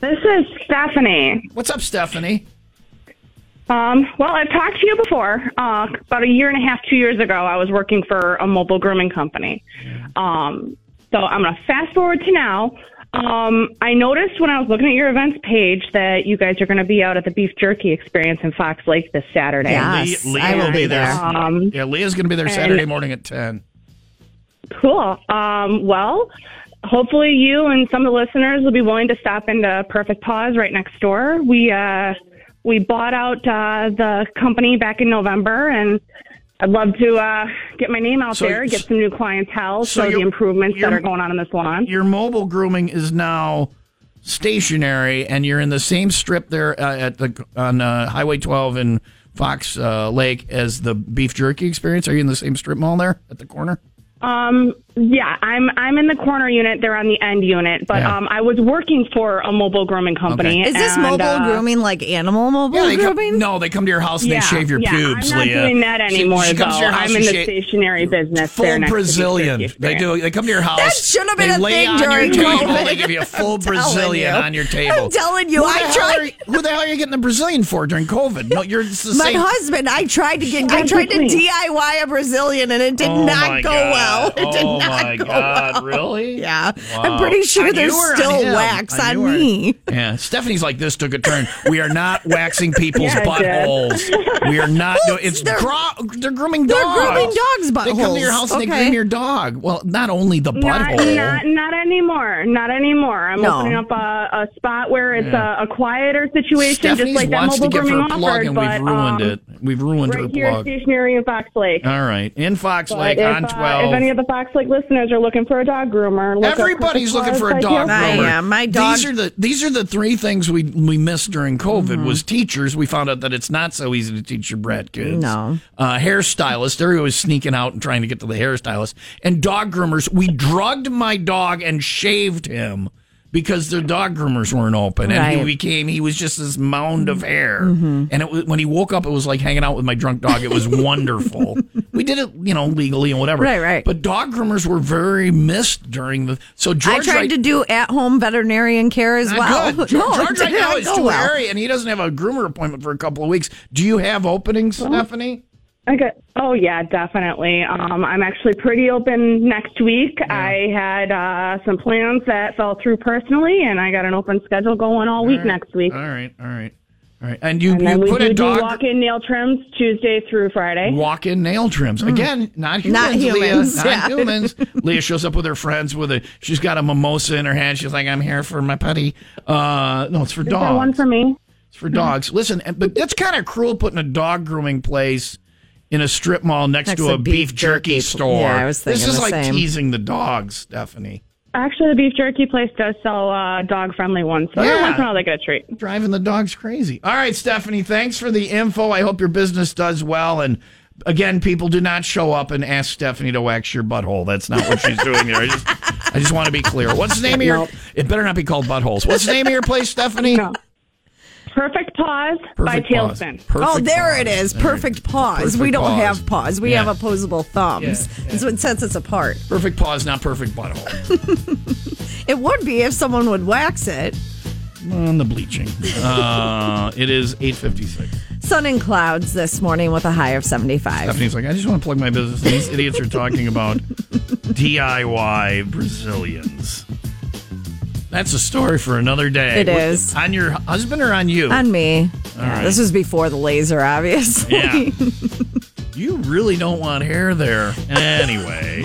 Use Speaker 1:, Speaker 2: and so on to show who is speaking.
Speaker 1: This is Stephanie.
Speaker 2: What's up, Stephanie?
Speaker 1: Um, well, I've talked to you before. Uh, about a year and a half, two years ago, I was working for a mobile grooming company. Um, so I'm going to fast forward to now. Um, I noticed when I was looking at your events page that you guys are going to be out at the Beef Jerky Experience in Fox Lake this Saturday.
Speaker 2: Yes, Leah, I will be there.
Speaker 1: Um,
Speaker 2: yeah, Leah's going to be there Saturday morning at 10.
Speaker 1: Cool. Um, well, hopefully you and some of the listeners will be willing to stop into Perfect Paws right next door. We uh, we bought out uh, the company back in November, and I'd love to uh, get my name out
Speaker 2: So-
Speaker 1: there, get some new clientele,
Speaker 2: so
Speaker 1: show the
Speaker 2: you're-
Speaker 1: improvements that
Speaker 2: you're-
Speaker 1: are going on in this lawn.
Speaker 2: Your mobile grooming is now stationary, and you're in the same strip there uh, at the on uh, Highway 12 in Fox uh, Lake as the beef jerky experience. Are you in the same strip mall there at the corner?
Speaker 1: Um, yeah, I'm I'm in the corner unit. They're on the end unit, but
Speaker 2: Yeah.
Speaker 1: um, I was working for a mobile grooming company.
Speaker 2: Okay.
Speaker 3: Is this
Speaker 1: and,
Speaker 3: mobile
Speaker 1: uh,
Speaker 3: grooming like animal mobile
Speaker 2: they come-
Speaker 3: grooming?
Speaker 2: no, they come to your house and
Speaker 1: yeah,
Speaker 2: they shave your
Speaker 1: yeah,
Speaker 2: pubes,
Speaker 1: I'm not
Speaker 2: Leah.
Speaker 1: doing that
Speaker 2: She-
Speaker 1: anymore.
Speaker 2: she comes to your
Speaker 1: though.
Speaker 2: house,
Speaker 1: I'm
Speaker 2: you
Speaker 1: in the
Speaker 2: shave-
Speaker 1: stationary business. there
Speaker 2: Full
Speaker 1: next to the
Speaker 2: Brazilian.
Speaker 1: Turkish
Speaker 2: They do.
Speaker 1: experience.
Speaker 2: They come to your house.
Speaker 3: should have been
Speaker 2: they
Speaker 3: a
Speaker 2: lay
Speaker 3: thing
Speaker 2: on
Speaker 3: during
Speaker 2: your table.
Speaker 3: COVID.
Speaker 2: They give you a full
Speaker 3: I'm telling
Speaker 2: Brazilian
Speaker 3: you.
Speaker 2: on your table.
Speaker 3: I'm telling you,
Speaker 2: Who the
Speaker 3: I
Speaker 2: hell
Speaker 3: tried-
Speaker 2: are you- who the hell are you getting the Brazilian for during COVID? No, you're it's the
Speaker 3: My
Speaker 2: same.
Speaker 3: husband, I tried to get, I
Speaker 1: I'm
Speaker 3: tried to
Speaker 1: clean.
Speaker 3: DIY a Brazilian, and it did
Speaker 2: Oh my
Speaker 3: not go
Speaker 2: God.
Speaker 3: well. It did
Speaker 2: oh
Speaker 3: not
Speaker 2: my
Speaker 3: go
Speaker 2: God!
Speaker 3: well.
Speaker 2: Really?
Speaker 3: Yeah,
Speaker 2: Wow.
Speaker 3: I'm pretty sure
Speaker 2: On
Speaker 3: there's
Speaker 2: you or on
Speaker 3: still
Speaker 2: him?
Speaker 3: wax on,
Speaker 2: you or-
Speaker 3: me.
Speaker 2: Yeah, Stephanie's like this took a turn. We are not waxing people's
Speaker 1: Yeah, I did.
Speaker 2: buttholes. We are not. doing it's
Speaker 3: They're-
Speaker 2: gro- they're grooming
Speaker 3: they're
Speaker 2: dogs.
Speaker 3: grooming dogs'
Speaker 2: They come to your
Speaker 3: buttholes.
Speaker 2: house and they
Speaker 3: Okay.
Speaker 2: groom your dog. Well, not only the
Speaker 1: Not,
Speaker 2: butthole.
Speaker 1: not, not anymore. Not anymore. I'm
Speaker 3: No.
Speaker 1: opening up a, a spot where it's a, a quieter situation,
Speaker 2: Stephanie's
Speaker 1: just like that
Speaker 2: wants
Speaker 1: mobile
Speaker 2: to get
Speaker 1: grooming
Speaker 2: her plug,
Speaker 1: offered.
Speaker 2: and
Speaker 1: but
Speaker 2: we've ruined
Speaker 1: um,
Speaker 2: it. We've ruined her
Speaker 1: Right here,
Speaker 2: plug.
Speaker 1: stationary in Fox Lake.
Speaker 2: All right, in Fox
Speaker 1: But
Speaker 2: Uh, Lake
Speaker 1: if,
Speaker 2: on
Speaker 1: uh,
Speaker 2: twelve.
Speaker 1: if any of the Fox Lake listeners are looking for a dog groomer, look up
Speaker 2: Everybody's
Speaker 1: Perfect
Speaker 2: looking for a
Speaker 1: Paws
Speaker 2: dog groomer.
Speaker 1: Psychiatric.
Speaker 3: I am. My dog- Mm-hmm.
Speaker 2: These are the these are the three things we we missed during COVID was teachers. We found out that it's not so easy to teach your brat kids.
Speaker 3: No.
Speaker 2: Uh, hairstylist. They're always sneaking out and trying to get to the hairstylist. And dog groomers. We drugged my dog and shaved him because the dog groomers weren't open, and he
Speaker 3: Right. Mm-hmm.
Speaker 2: became he was just this mound of hair. And it, wa- when he woke up, it was like hanging out with my drunk dog. It was wonderful. we did it, you know, legally and whatever.
Speaker 3: Right, right.
Speaker 2: But dog groomers were very missed during the. So George
Speaker 3: I tried
Speaker 2: right,
Speaker 3: to do at-home veterinarian care as well.
Speaker 2: Good.
Speaker 3: No,
Speaker 2: George,
Speaker 3: it
Speaker 2: George
Speaker 3: did
Speaker 2: right now
Speaker 3: not
Speaker 2: is
Speaker 3: go
Speaker 2: too
Speaker 3: well.
Speaker 2: hairy, and he doesn't have a groomer appointment for a couple of weeks. Do you have openings, Stephanie?
Speaker 1: I got, oh yeah, definitely. Um, I'm actually pretty open next week. I had uh, some plans that fell through personally, and I got an open schedule going all week next week.
Speaker 2: All right, all right, all right. And you
Speaker 1: And then
Speaker 2: you
Speaker 1: we
Speaker 2: put
Speaker 1: do,
Speaker 2: a
Speaker 1: do
Speaker 2: dog
Speaker 1: walk-in nail trims Tuesday through Friday.
Speaker 2: walk in nail trims. Again, not humans.
Speaker 3: Mm. Not humans,
Speaker 2: Leah.
Speaker 3: yeah.
Speaker 2: Not humans. Leah shows up with her friends with a she's got a mimosa in her hand. She's like, I'm here for my putty. Uh no, it's for
Speaker 1: Is there one
Speaker 2: dogs.
Speaker 1: for me?
Speaker 2: it's for
Speaker 3: Mm.
Speaker 2: dogs. Listen, and- but that's kind of cruel putting a dog grooming place in a strip mall next,
Speaker 3: Next
Speaker 2: to
Speaker 3: to
Speaker 2: a beef,
Speaker 3: beef
Speaker 2: jerky,
Speaker 3: jerky.
Speaker 2: store.
Speaker 3: Yeah, I was
Speaker 2: This
Speaker 3: thinking
Speaker 2: is
Speaker 3: the
Speaker 2: like
Speaker 3: same.
Speaker 2: teasing the dogs, Stephanie.
Speaker 1: Actually, the beef jerky place does sell uh, dog-friendly ones, so every
Speaker 2: Yeah.
Speaker 1: once in a while they get a treat.
Speaker 2: driving the dogs crazy. All right, Stephanie, thanks for the info. I hope your business does well. And again, people do not show up and ask Stephanie to wax your butthole. That's not what she's doing there. I just, I just want to be clear. What's the name of your?
Speaker 1: Nope.
Speaker 2: It better not be called buttholes. What's the name of your place, Stephanie?
Speaker 1: No. Perfect Paws by
Speaker 2: Perfect pause.
Speaker 1: Tailspin.
Speaker 2: Perfect
Speaker 3: oh, there
Speaker 2: pause.
Speaker 3: it is.
Speaker 2: There it
Speaker 3: Perfect paws. we
Speaker 2: Perfect
Speaker 3: don't
Speaker 2: pause.
Speaker 3: have paws. We
Speaker 2: Yeah.
Speaker 3: have opposable thumbs.
Speaker 2: Yeah, yeah.
Speaker 3: That's what sets us apart.
Speaker 2: Perfect pause, not perfect butthole.
Speaker 3: It would be if someone would wax it.
Speaker 2: On the bleaching. Uh, it is eight fifty six.
Speaker 3: Sun and clouds this morning with a high of 75.
Speaker 2: Stephanie's like, I just want to plug my business. And these idiots are talking about DIY Brazilians. That's a story for another day.
Speaker 3: It is.
Speaker 2: On your husband or on you?
Speaker 3: On me. Yeah,
Speaker 2: right.
Speaker 3: This was before the laser, obviously.
Speaker 2: yeah. you really don't want hair there. Anyway.